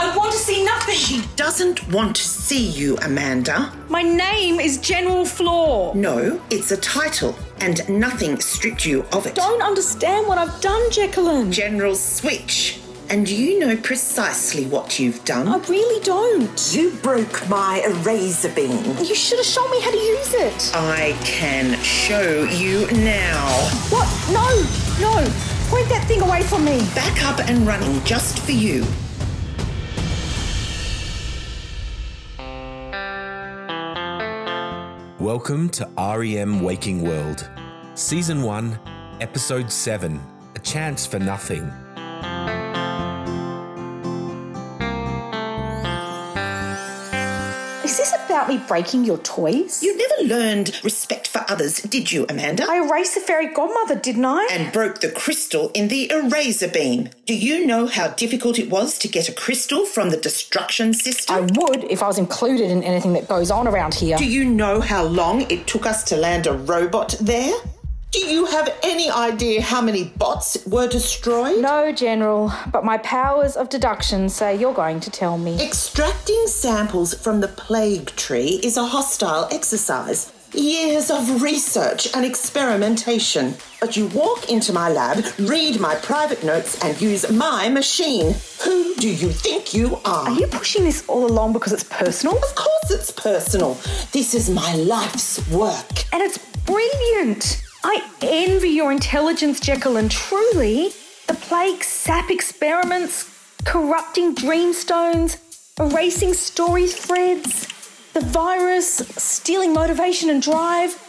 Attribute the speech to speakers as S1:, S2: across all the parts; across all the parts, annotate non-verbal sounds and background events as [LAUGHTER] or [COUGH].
S1: I want to see nothing.
S2: She doesn't want to see you, Amanda.
S1: My name is General Floor.
S2: No, it's a title, and nothing stripped you of it.
S1: Don't understand what I've done, Jacqueline.
S2: General Switch. And you know precisely what you've done.
S1: I really don't.
S3: Oh, You broke my eraser beam.
S1: You should have shown me how to use it.
S2: I can show you now.
S1: What? No, no. Point that thing away from me.
S2: Back up and running just for you.
S4: Welcome to REM Waking World, Season 1, Episode 7 A Chance for Nothing.
S1: Is this about me breaking your toys?
S2: You never learned respect for others, did you, Amanda?
S1: I erased the fairy godmother, didn't I?
S2: and broke the crystal in the eraser beam. Do you know how difficult it was to get a crystal from the destruction
S1: I
S2: system?
S1: would if I was included in anything that goes on around here.
S2: Do you know how long it took us to land a robot there? Do you have any idea how many bots were destroyed?
S1: No, General, but my powers of deduction say you're going to tell me.
S2: Extracting samples from the plague tree is a hostile exercise. Years of research and experimentation. But you walk into my lab, read my private notes, and use my machine. Who do you think you are?
S1: Are you pushing this all along because it's personal?
S2: Of course, it's personal. This is my life's work.
S1: And it's brilliant. I envy your intelligence, Jacqueline, truly. The plague sap experiments, corrupting dreamstones, erasing story threads, the virus, stealing motivation and drive.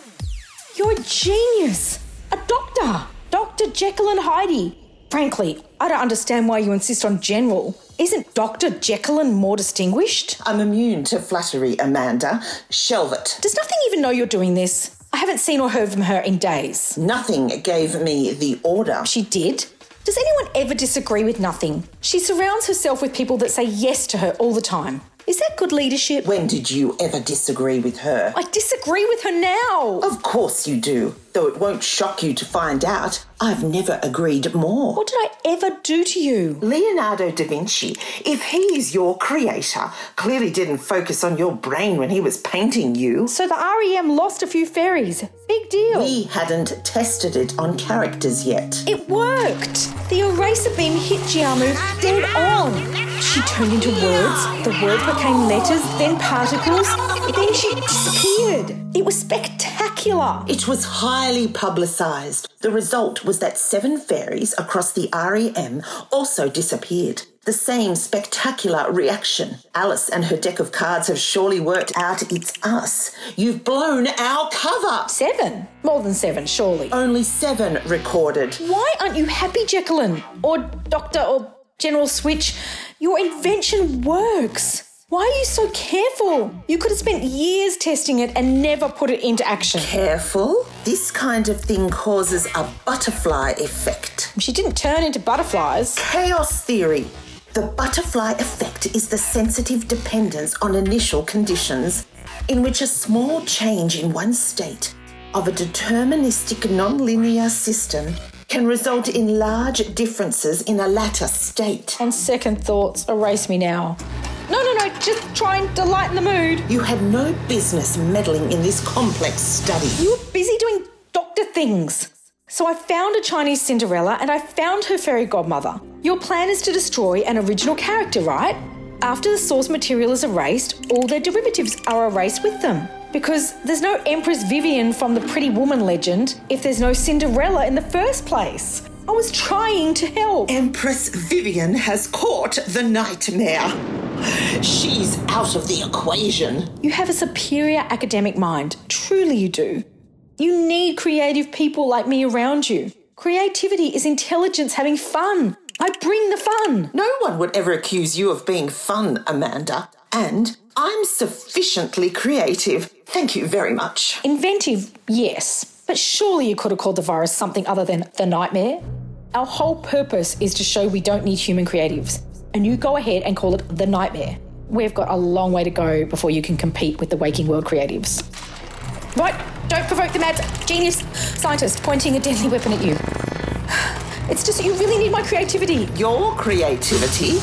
S1: You're a genius. A doctor. Dr. Jekyll and Heidi. Frankly, I don't understand why you insist on general. Isn't Dr. Jacqueline more distinguished?
S2: I'm immune to flattery, Amanda. Shelve it.
S1: Does nothing even know you're doing this? I haven't seen or heard from her in days.
S2: Nothing gave me the order.
S1: She did. Does anyone ever disagree with nothing? She surrounds herself with people that say yes to her all the time. Is that good leadership?
S2: When did you ever disagree with her?
S1: I disagree with her now.
S2: Of course you do, though it won't shock you to find out I've never agreed more.
S1: What did I ever do to you?
S2: Leonardo da Vinci, if he's your creator, clearly didn't focus on your brain when he was painting you.
S1: So the REM lost a few fairies. Big deal.
S2: He hadn't tested it on characters yet.
S1: It worked! The eraser beam hit Giamu dead on. She turned into words, the words became letters, then particles, then she disappeared. It was spectacular.
S2: It was highly publicised. The result was that seven fairies across the REM also disappeared. The same spectacular reaction. Alice and her deck of cards have surely worked out it's us. You've blown our cover.
S1: Seven? More than seven, surely.
S2: Only seven recorded.
S1: Why aren't you happy, Jacqueline? Or Doctor or General Switch? Your invention works. Why are you so careful? You could have spent years testing it and never put it into action.
S2: Careful. This kind of thing causes a butterfly effect.
S1: She didn't turn into butterflies.
S2: Chaos theory. The butterfly effect is the sensitive dependence on initial conditions, in which a small change in one state of a deterministic nonlinear system can result in large differences in a latter state.
S1: On second thoughts, erase me now. No, no, no, just try and delighten the mood.
S2: You had no business meddling in this complex study.
S1: You were busy doing doctor things. So I found a Chinese Cinderella and I found her fairy godmother. Your plan is to destroy an original character, right? After the source material is erased, all their derivatives are erased with them. Because there's no Empress Vivian from the Pretty Woman legend if there's no Cinderella in the first place. I was trying to help.
S2: Empress Vivian has caught the nightmare. She's out of the equation.
S1: You have a superior academic mind. Truly, you do. You need creative people like me around you. Creativity is intelligence having fun. I bring the fun.
S2: No one would ever accuse you of being fun, Amanda. And I'm sufficiently creative. Thank you very much.
S1: Inventive, yes, but surely you could have called the virus something other than the nightmare. Our whole purpose is to show we don't need human creatives, and you go ahead and call it the nightmare. We've got a long way to go before you can compete with the waking world creatives. Right, don't provoke the mad genius scientist pointing a deadly weapon at you. It's just that you really need my creativity.
S2: Your creativity?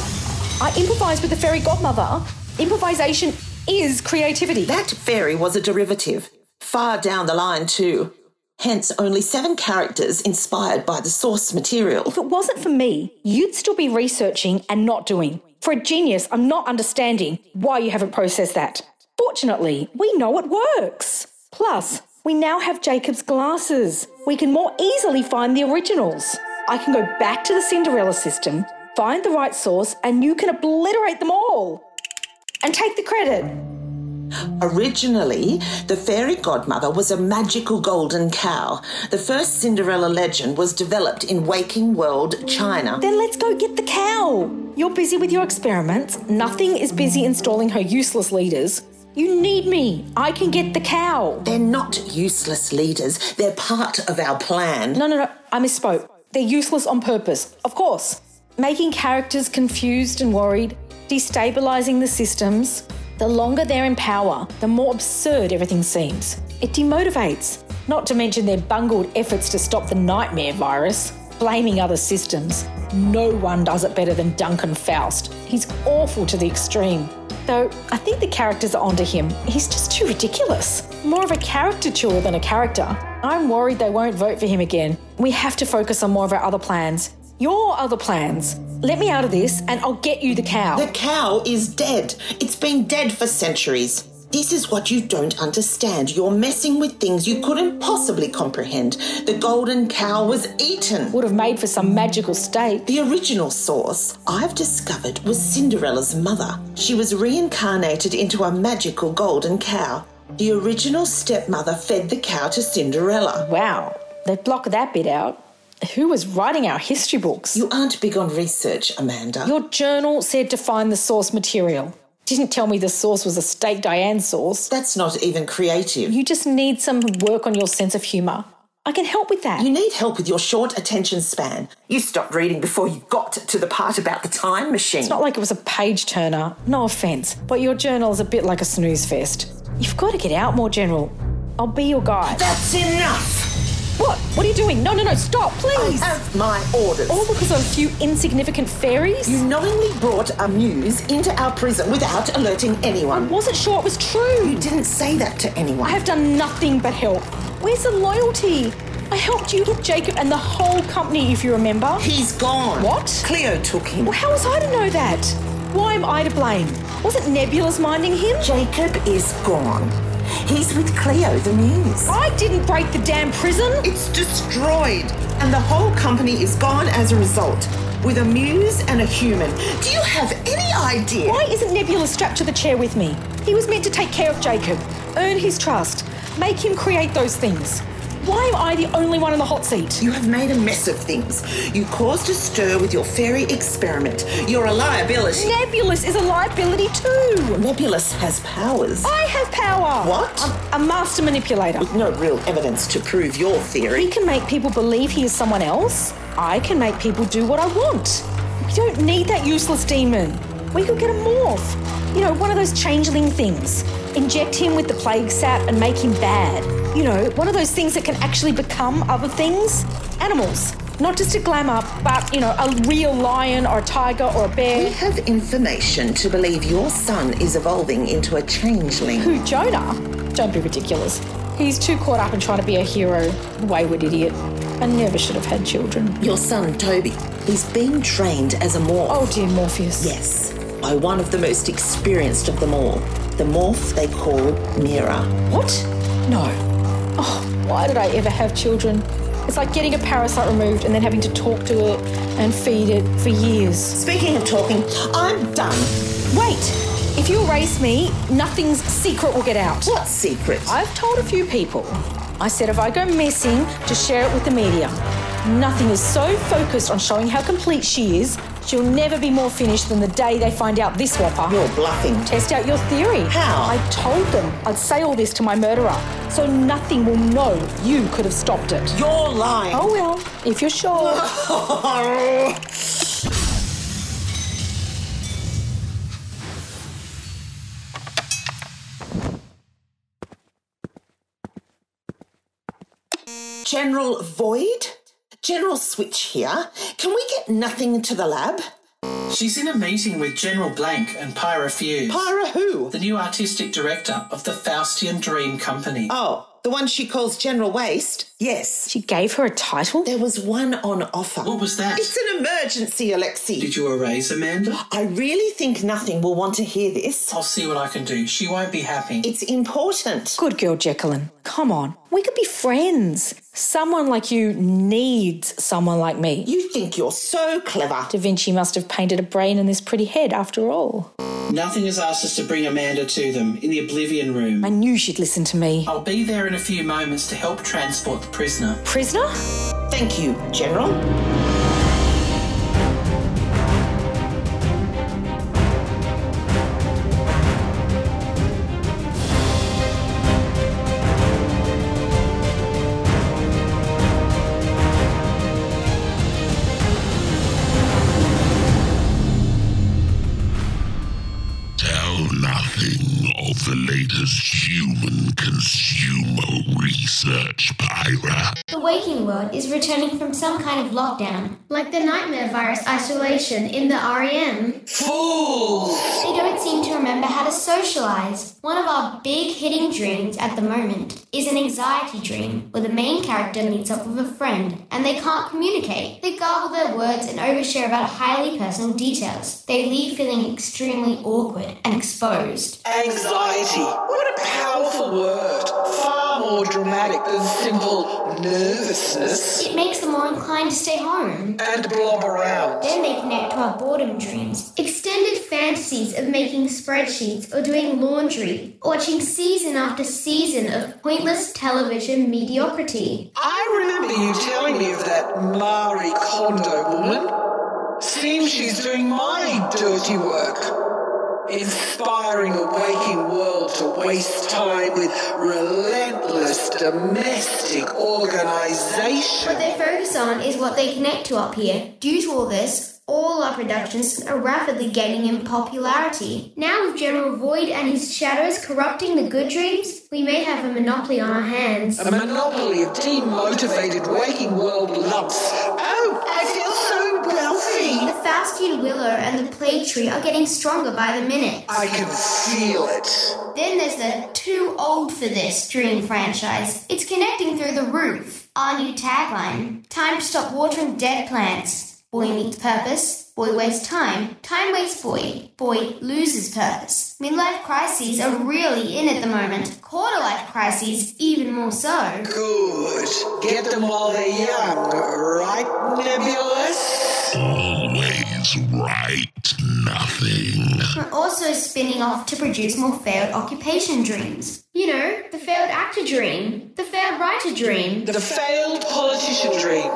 S1: I improvised with the fairy godmother. Improvisation is creativity.
S2: That fairy was a derivative, far down the line, too. Hence, only seven characters inspired by the source material.
S1: if it wasn't for me, you'd still be researching and not doing. For a genius, I'm not understanding why you haven't processed that. Fortunately, we know it works. Plus, we now have Jacob's glasses. We can more easily find the originals. I can go back to the Cinderella system, find the right source, and you can obliterate them all. And take the credit.
S2: Originally, the fairy godmother was a magical golden cow. The first Cinderella legend was developed in Waking World, China.
S1: Then let's go get the cow. You're busy with your experiments. Nothing is busy installing her useless leaders. You need me. I can get the cow.
S2: They're not useless leaders, they're part of our plan.
S1: No, no, no. I misspoke. They're useless on purpose. Of course. Making characters confused and worried, destabilizing the systems. The longer they're in power, the more absurd everything seems. It demotivates. Not to mention their bungled efforts to stop the nightmare virus, blaming other systems. No one does it better than Duncan Faust. He's awful to the extreme. Though I think the characters are onto him. He's just too ridiculous. More of a caricature than a character. I'm worried they won't vote for him again. We have to focus on more of our other plans. Your other plans. Let me out of this and I'll get you the
S2: The
S1: cow.
S2: cow is dead. It's been dead for centuries. This is what you don't understand. You're messing with things you couldn't possibly comprehend. The golden cow was eaten.
S1: Would have made for some magical state.
S2: The original source I've discovered was Cinderella's mother. She was reincarnated into a magical golden cow. The original stepmother fed the cow to Cinderella.
S1: Wow, they block that bit out. Who was writing our history books?
S2: You aren't big on research, Amanda.
S1: Your journal said to find the source material. Didn't tell me the source was a steak Diane source.
S2: That's not even creative.
S1: You just need some work on your sense of humour. I can help with that.
S2: You need help with your short attention span.
S3: You stopped reading before you got to the part about the time machine.
S1: It's not like it was a page turner, no offence, but your journal is a bit like a snooze fest. You've got to get out more, General. I'll be your guide.
S2: That's enough!
S1: What? What are you doing? No, no, no, stop,
S2: Oh.
S1: please!
S2: Have my orders.
S1: All because of a few insignificant fairies?
S2: You knowingly brought a muse into our prison without alerting anyone.
S1: Wasn't sure it was true.
S2: You didn't say that to anyone.
S1: I have done nothing but help. Where's the loyalty? I helped you with Jacob and the whole company, if you remember.
S2: He's gone.
S1: What?
S2: Cleo took him.
S1: Well, how was I to know that? Why am I to blame? Wasn't Nebula's minding him?
S3: Jacob is gone. He's with Cleo, the muse.
S1: I didn't break the damn prison.
S2: It's destroyed, and the whole company is gone as a result, with a muse and a human. Do you have any idea?
S1: Why isn't Nebula strapped to the chair with me? He was meant to take care of Jacob, earn his trust, make him create those things. Why am I the only one in the hot seat?
S2: You have made a mess of things. You caused a stir with your fairy experiment. You're a liability.
S1: Nebulous is a liability too.
S2: Nebulous has powers.
S1: I have power.
S2: What?
S1: I'm a master manipulator.
S2: No real evidence to prove your
S1: He
S2: theory.
S1: can make people believe he is someone else. I can make people do what I want. We don't need that useless demon. We could get a morph. You know, one of those changeling things. Inject him with the plague sap and make him bad. You know, one of those things that can actually become other things. Animals. Not just a glamour, but, you know, a real lion or a tiger or a
S2: We
S1: bear.
S2: have information to believe your son is evolving into a changeling.
S1: Who, Jonah? Don't be ridiculous. He's too caught up in trying to be a hero. Wayward idiot. I never should have had children.
S2: Your son, Toby, he's being trained as a morph.
S1: Oh dear, Morpheus.
S2: Yes, by one of the most experienced of them all, the morph they call Mira.
S1: What? No. Oh, why did I ever have children? It's like getting a parasite removed and then having to talk to it and feed it for years.
S2: Speaking of talking, I'm done.
S1: Wait, if you erase me, nothing's secret will get out.
S2: What secret?
S1: I've told a few people. I said if I go missing, to share it with the media. Nothing is so focused on showing how complete she is, she'll never be more finished than the day they find out this whopper.
S2: You're bluffing.
S1: Test out your theory.
S2: How?
S1: I told them I'd say all this to my murderer, so nothing will know you could have stopped it.
S2: You're lying.
S1: Oh well, if you're sure.
S2: General Void? General Switch here. Can we get nothing to the lab?
S5: She's in a meeting with General Blank and Pyra Fuse,
S6: Pyra who?
S5: the new artistic director of the Faustian Dream Company.
S6: Oh, the one she calls General Waste? Yes.
S1: She gave her a title?
S2: There was one on offer.
S5: What was that?
S6: It's an emergency, Alexi.
S5: Did you erase Amanda?
S2: I really think nothing will want to hear this.
S5: I'll see what I can do. She won't be happy.
S2: It's important.
S1: Good girl, Jacqueline. Come on. We could be friends. Someone like you needs someone like me.
S2: You think you're so clever.
S1: Da Vinci must have painted a brain in this pretty head after all.
S5: Nothing has asked us to bring Amanda to them in the Oblivion Room.
S1: I knew she'd listen to me.
S5: I'll be there in a few moments to help transport the prisoner.
S1: Prisoner?
S2: Thank you, General.
S7: Tell nothing of the latest human consumer research, Pyra.
S8: The waking world is returning from some kind of lockdown, like the nightmare virus isolation in the REM.
S5: Fool!
S8: They don't seem to remember how to socialize. One of our big hitting dreams at the moment is an anxiety dream where the main character meets up with a friend and they can't communicate. They garble their words and overshare about highly personal details. They leave feeling extremely awkward and exposed.
S9: Anxiety. What a powerful word. Far more dramatic than simple nervousness.
S8: It makes them more inclined to stay home.
S9: And blob around.
S8: Then they connect to our boredom dreams. Extended fantasies of making spreadsheets or doing laundry, watching season after season of pointless television mediocrity.
S9: I remember you telling me of that Mari Kondo woman. Seems she's doing my dirty work. Inspiring a waking world to waste time with relentless domestic
S8: What
S9: organization.
S8: they focus on is what they connect to up here. Due to all this, all our productions are rapidly gaining in popularity. Now, with General Void and his shadows corrupting the good dreams, we may have a monopoly on our hands.
S9: A monopoly of demotivated waking world lumps. Oh, I feel so
S8: The
S9: wealthy.
S8: Faustian willow and the plague tree are getting stronger by the minute.
S9: I can feel it.
S8: Then there's the too old for this dream franchise. It's connecting through the roof. Our new tagline Time to stop watering dead plants. Boy meets purpose. Boy wastes time. Time wastes boy. Boy loses purpose. Midlife crises are really in at the moment. Quarter life crises, even more so.
S9: Good. Get them while they're young, right, Nebulous?
S7: Always right, nothing.
S8: We're also spinning off to produce more failed occupation dreams. You know, the failed actor dream, the failed writer dream.
S9: The failed politician dream.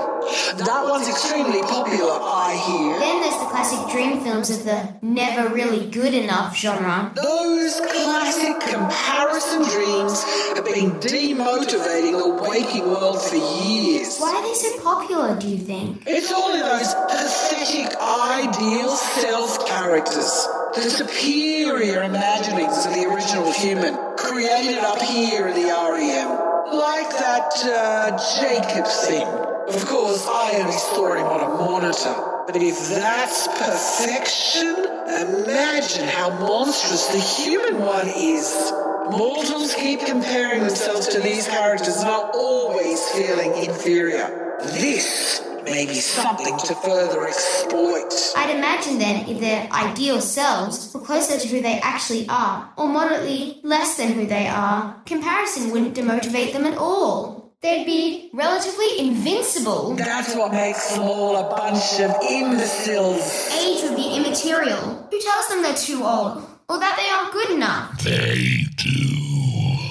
S9: That one's extremely popular, I hear.
S8: Then there's the classic dream films of the never really good enough genre.
S9: Those classic comparison dreams have been demotivating the waking world for years.
S8: Why are they so popular, do you think?
S9: It's all in those pathetic ideal self characters. The superior imaginings of the original human, created up here in the REM. Like that uh, Jacob thing. Of course, I only saw him on a monitor. But if that's perfection, imagine how monstrous the human one is. Mortals keep comparing themselves to these characters, not always feeling inferior. This may be something to further exploit.
S8: I'd imagine then if their ideal selves were closer to who they actually are, or moderately less than who they are, comparison wouldn't demotivate them at all. They'd be relatively invincible.
S9: That's what makes them all a bunch of imbeciles.
S8: Age would be immaterial. Who tells them they're too old? Or that they aren't good enough?
S7: They do.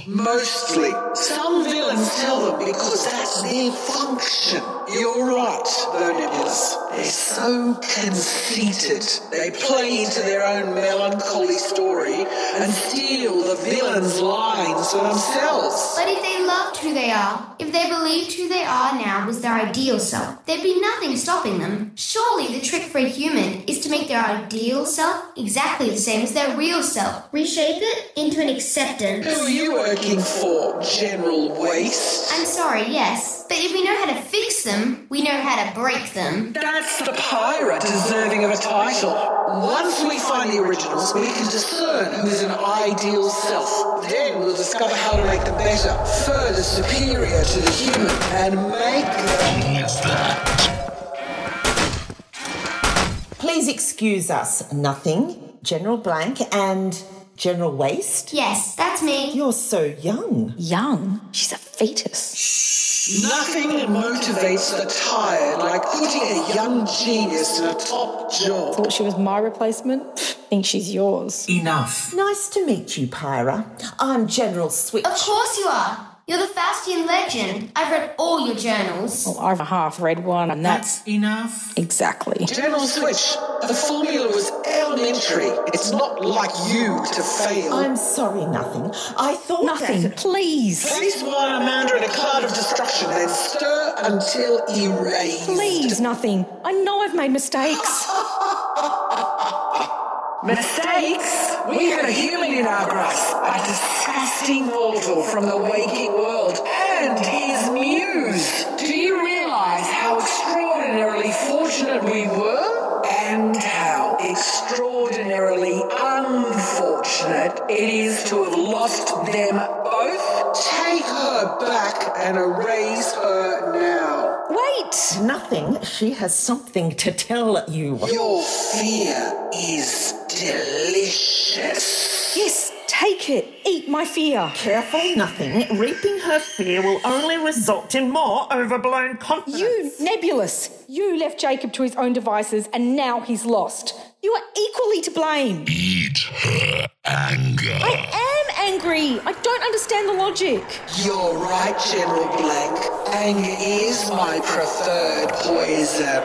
S9: Mostly. Some villains tell them because that's their function. You're right, though, Nibbles. They're so conceited. They play into their own melancholy story and steal the villain's lines for themselves.
S8: But if they loved who they are, if they believed who they are now was their ideal self, there'd be nothing stopping them. Surely the trick for a human is to make their ideal self exactly the same as their real self. Reshape it into an acceptance.
S9: Who are you working looking for general waste.
S8: I'm sorry, yes. But if we know how to fix them, we know how to break them.
S9: That's the pirate deserving of a title. Once we find the originals, we can discern who is an ideal self. Then we'll discover how to make them better, further superior to the human, and make them.
S7: With that,
S2: Please excuse us, nothing, General Blank and General Waste.
S8: Yes, that's me.
S2: You're so young.
S1: Young. She's a fetus.
S9: Nothing motivates the tired like putting a young genius in a top job.
S1: Thought she was my replacement. [LAUGHS] Think she's yours.
S5: Enough.
S2: Nice to meet you, Pyra. I'm General Switch.
S8: Of course you are. You're the Faustian legend. I've read all your journals.
S1: Well, I've half read one, and that's
S5: enough.
S1: exactly.
S9: General Switch, the formula was elementary. It's not like you to fail.
S2: I'm sorry, nothing. I thought
S1: Nothing,
S2: that-
S1: please.
S9: Place Wyamander in a cloud of destruction, then stir until erased.
S1: Please, nothing. I know I've made mistakes.
S9: Mistakes? We had a human in our grasp, a disgusting mortal from the waking world, and his muse. Do you realize how extraordinarily fortunate we were? And how extraordinarily unfortunate it is to have lost them both? Take her back and erase her now.
S1: Wait!
S2: Nothing. She has something to tell you.
S9: Your fear is delicious.
S1: Yes, take it. Eat my fear.
S2: Careful, nothing. Reaping her fear will only result in more overblown confidence.
S1: You, Nebulous, you left Jacob to his own devices and now he's lost. You are equally to blame.
S7: eat her anger.
S1: I am angry. I don't understand the logic.
S9: You're right, General Blank. Anger is my preferred poison.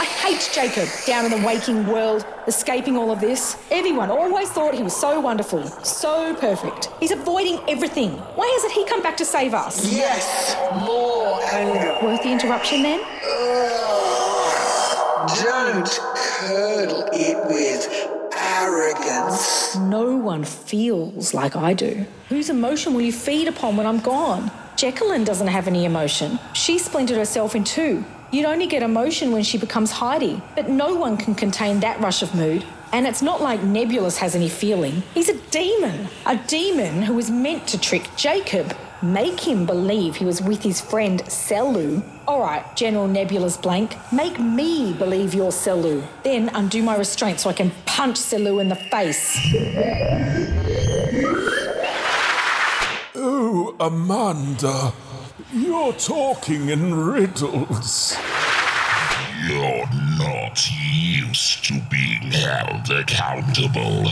S1: I hate Jacob down in the waking world, escaping all of this. Everyone always thought he was so wonderful, so perfect. He's avoiding everything. Why hasn't he come back to save us?
S9: Yes, more anger.
S1: Worth the interruption then?
S9: Ugh. Don't curdle it with arrogance.
S1: No one feels like I do. Whose emotion will you feed upon when I'm gone? Jacqueline doesn't have any emotion. She splintered herself in two. You'd only get emotion when she becomes Heidi, but no one can contain that rush of mood. And it's not like Nebulous has any feeling. He's a demon. A demon who was meant to trick Jacob, make him believe he was with his friend Selu. All right, General Nebulous Blank, make me believe you're Selu. Then undo my restraint so I can punch Selu in the face.
S7: Oh, Amanda, you're talking in riddles. You're not used to being held accountable.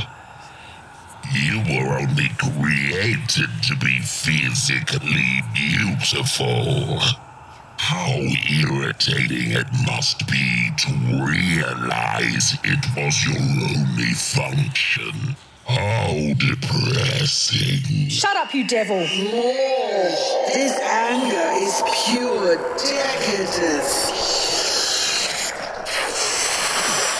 S7: You were only created to be physically beautiful. How irritating it must be to realize it was your only function. How depressing.
S1: Shut up, you devil.
S9: More. This anger is pure decadence.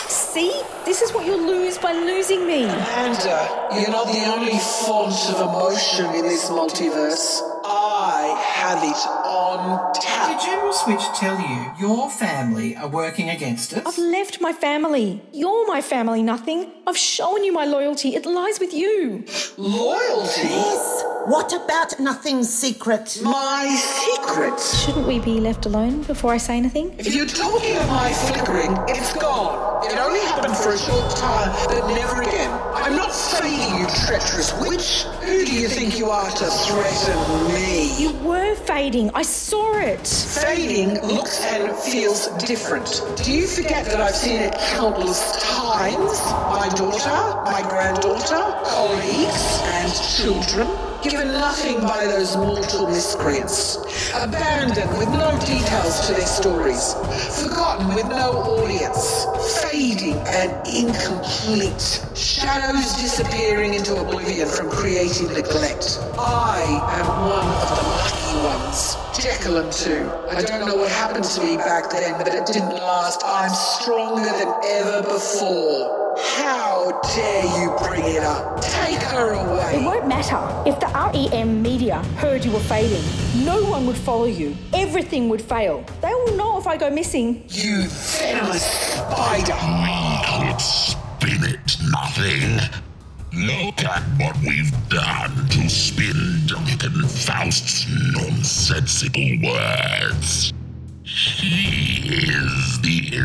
S1: See? This is what you lose by losing me.
S9: Amanda, you're not the only font of emotion in this multiverse. I have it on
S5: Did
S9: tap.
S5: General Switch tell you your family are working against us?
S1: I've left my family. You're my family, nothing. I've shown you my loyalty. It lies with you.
S9: Loyalty?
S2: Yes. What about nothing's secret?
S9: My secret.
S1: Shouldn't we be left alone before I say anything?
S9: If you're talking of my flickering, it's gone. It only happened for a short time, but never again. I'm not fading, you treacherous witch. Who do you think you are to threaten me?
S1: You were fading. I saw it.
S9: Fading looks and feels different. Do you forget that I've seen it countless times? My daughter, my granddaughter, colleagues, and children. Given nothing by those mortal miscreants. Abandoned with no details to their stories. Forgotten with no audience. Fading and incomplete. Shadows disappearing into oblivion from creative neglect. I am one of the lucky ones. Jacqueline too. I don't know what happened to me back then, but it didn't last. I'm stronger than ever before. How dare you bring it up? Take her away.
S1: It won't matter. If the REM media heard you were fading, no one would follow you. Everything would fail. They will know if I go missing.
S9: You venomous spider!
S7: We could spin it nothing. Look at what we've done to spin Duncan Faust's nonsensical words. He is the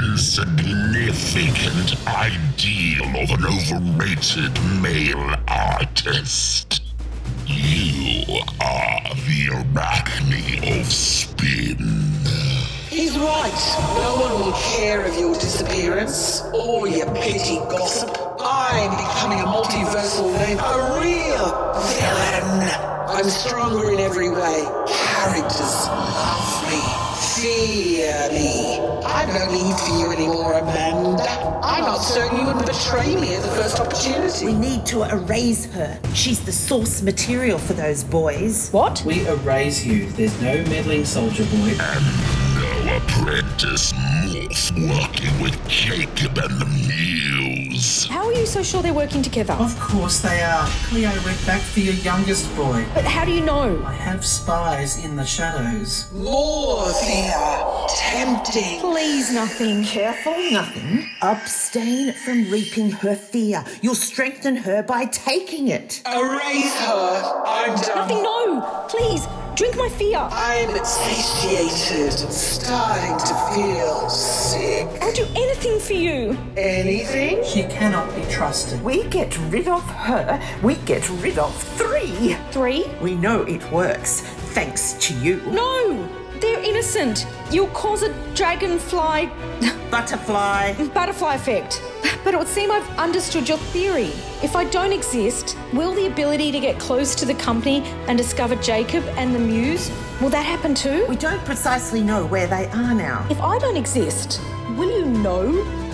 S7: insignificant ideal of an overrated male artist. You are the arachne of spin.
S9: He's right. No one will care of your disappearance or your petty gossip. I'm becoming a multiversal name, a real villain. I'm stronger in every way. Characters love me, fear me. I've no need for you anymore, Amanda. I'm not certain you would betray me at the first opportunity.
S2: We need to erase her. She's the source material for those boys.
S1: What?
S5: We erase you. There's no meddling soldier boy.
S7: No apprentice morph working with Jacob and the Muse.
S1: How are you so sure they're working together?
S5: Of course they are. Cleo went back for your youngest boy.
S1: But how do you know?
S5: I have spies in the shadows.
S9: More fear. Tempting.
S1: Please, nothing.
S2: Careful nothing. Abstain from reaping her fear. You'll strengthen her by taking it.
S9: Erase her. I'm done.
S1: Nothing, no. Please, drink my fear.
S9: I'm satiated, starting to feel sick.
S1: I'll do anything for you.
S9: Anything?
S5: She cannot be trusted.
S10: We get rid of her, we get rid of three.
S1: Three?
S10: We know it works, thanks to you.
S1: No! They're innocent. You'll cause a dragonfly [LAUGHS]
S10: Butterfly.
S1: butterfly effect. But it would seem I've understood your theory. If I don't exist, will the ability to get close to the company and discover Jacob and the Muse, will that happen too?
S2: We don't precisely know where they are now.
S1: If I don't exist, will you know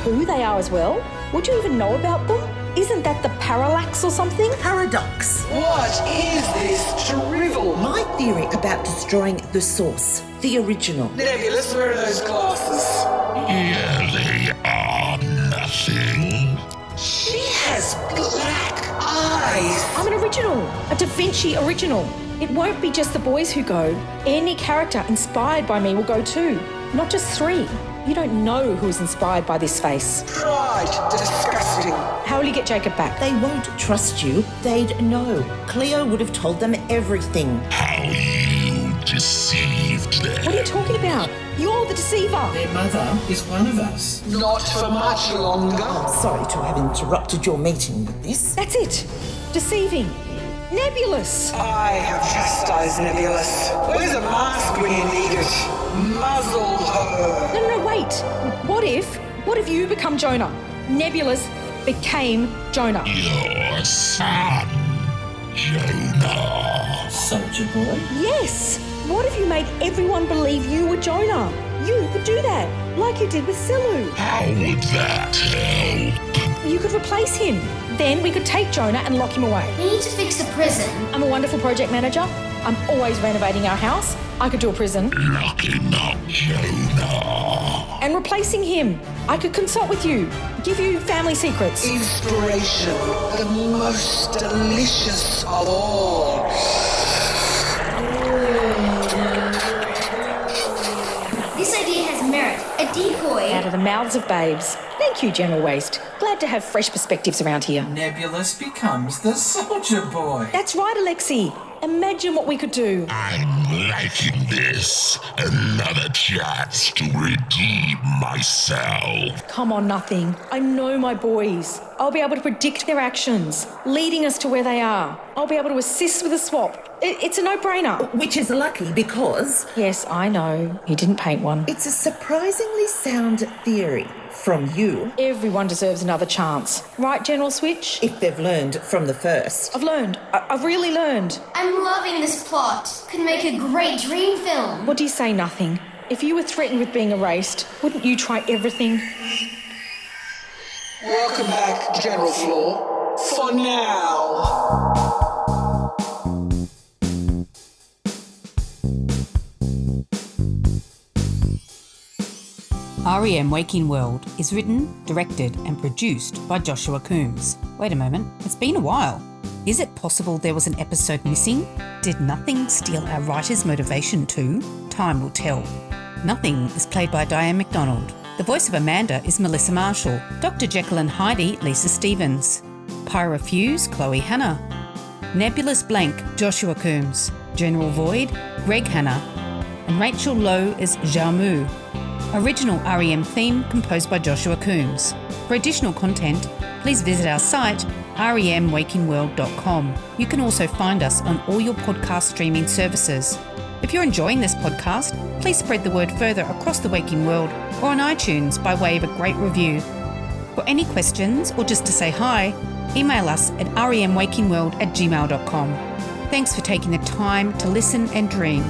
S1: who they are as well? Would you even know about them? Isn't that the parallax or something?
S2: Paradox.
S9: What is this drivel?
S2: My theory about destroying the source, the original.
S9: Nebulous, where are those glasses?
S7: Here they are, nothing.
S9: She has black eyes.
S1: I'm an original, a Da Vinci original. It won't be just the boys who go. Any character inspired by me will go too, not just three. You don't know who was inspired by this face.
S9: Pride, disgusting.
S1: How will you get Jacob back?
S2: They won't trust you. They'd know. Cleo would have told them everything.
S7: How you deceived them.
S1: What are you talking about? You're the deceiver.
S5: Their mother is one of us.
S9: Not for much longer.
S2: Sorry to have interrupted your meeting with this.
S1: That's it. Deceiving. Nebulous.
S9: I have chastised Nebulous. Where's a mask when you need it? Muzzle her.
S1: No, no, no, wait. What if, what if you become Jonah? Nebulous became Jonah.
S7: Your son, Jonah.
S5: Soldier boy?
S1: Yes. What if you made everyone believe you were Jonah? You could do that, like you did with Silu.
S7: How would that help?
S1: You could replace him. Then we could take Jonah and lock him away.
S8: We need to fix the prison.
S1: I'm a wonderful project manager. I'm always renovating our house. I could do a prison.
S7: Locking up Jonah.
S1: And replacing him. I could consult with you, give you family secrets.
S9: Inspiration, the most delicious of all.
S8: This idea has merit. A
S1: Out
S8: decoy.
S1: of the mouths of babes. Thank you, General Waste. Glad to have fresh perspectives around here.
S5: Nebulous becomes the [LAUGHS] soldier boy.
S1: That's right, Alexi. Imagine what we could do.
S7: I'm liking this. Another chance to redeem myself.
S1: Come on, nothing. I know my boys. I'll be able to predict their actions, leading us to where they are. I'll be able to assist with a swap. It- it's a no brainer.
S2: Which is lucky because
S1: Yes, I know. He didn't paint one.
S2: it's a surprisingly sound theory from you
S1: Everyone deserves another chance. Right, General Switch?
S2: if they've learned from the first.
S1: I've learned. I- I've really learned.
S8: I'm loving this plot. Could make a great dream film.
S1: What do you say, nothing? If you were threatened with being erased, wouldn't you try everything?
S9: Welcome back, General Floor. For now.
S11: REM E Waking World is written, directed, and produced by Joshua Coombs. Wait a moment, it's been a while. Is it possible there was an episode missing? Did nothing steal our writer's motivation too? Time will tell. Nothing is played by Diane McDonald. The voice of Amanda is Melissa Marshall. Dr. Jekyll and Heidi, Lisa Stevens. Pyra Fuse, Chloe Hanna. Nebulous Blank, Joshua Coombs. General Void, Greg Hanna. And Rachel Lowe is Jarmu. Original REM theme composed by Joshua Coombs. For additional content, please visit our site E remwakingworld.com. You can also find us on all your podcast streaming services. If you're enjoying this podcast, please spread the word further across the waking world or on iTunes by way of a great review. For any questions or just to say hi, email us at E remwakingworld at gmail.com. Thanks for taking the time to listen and dream.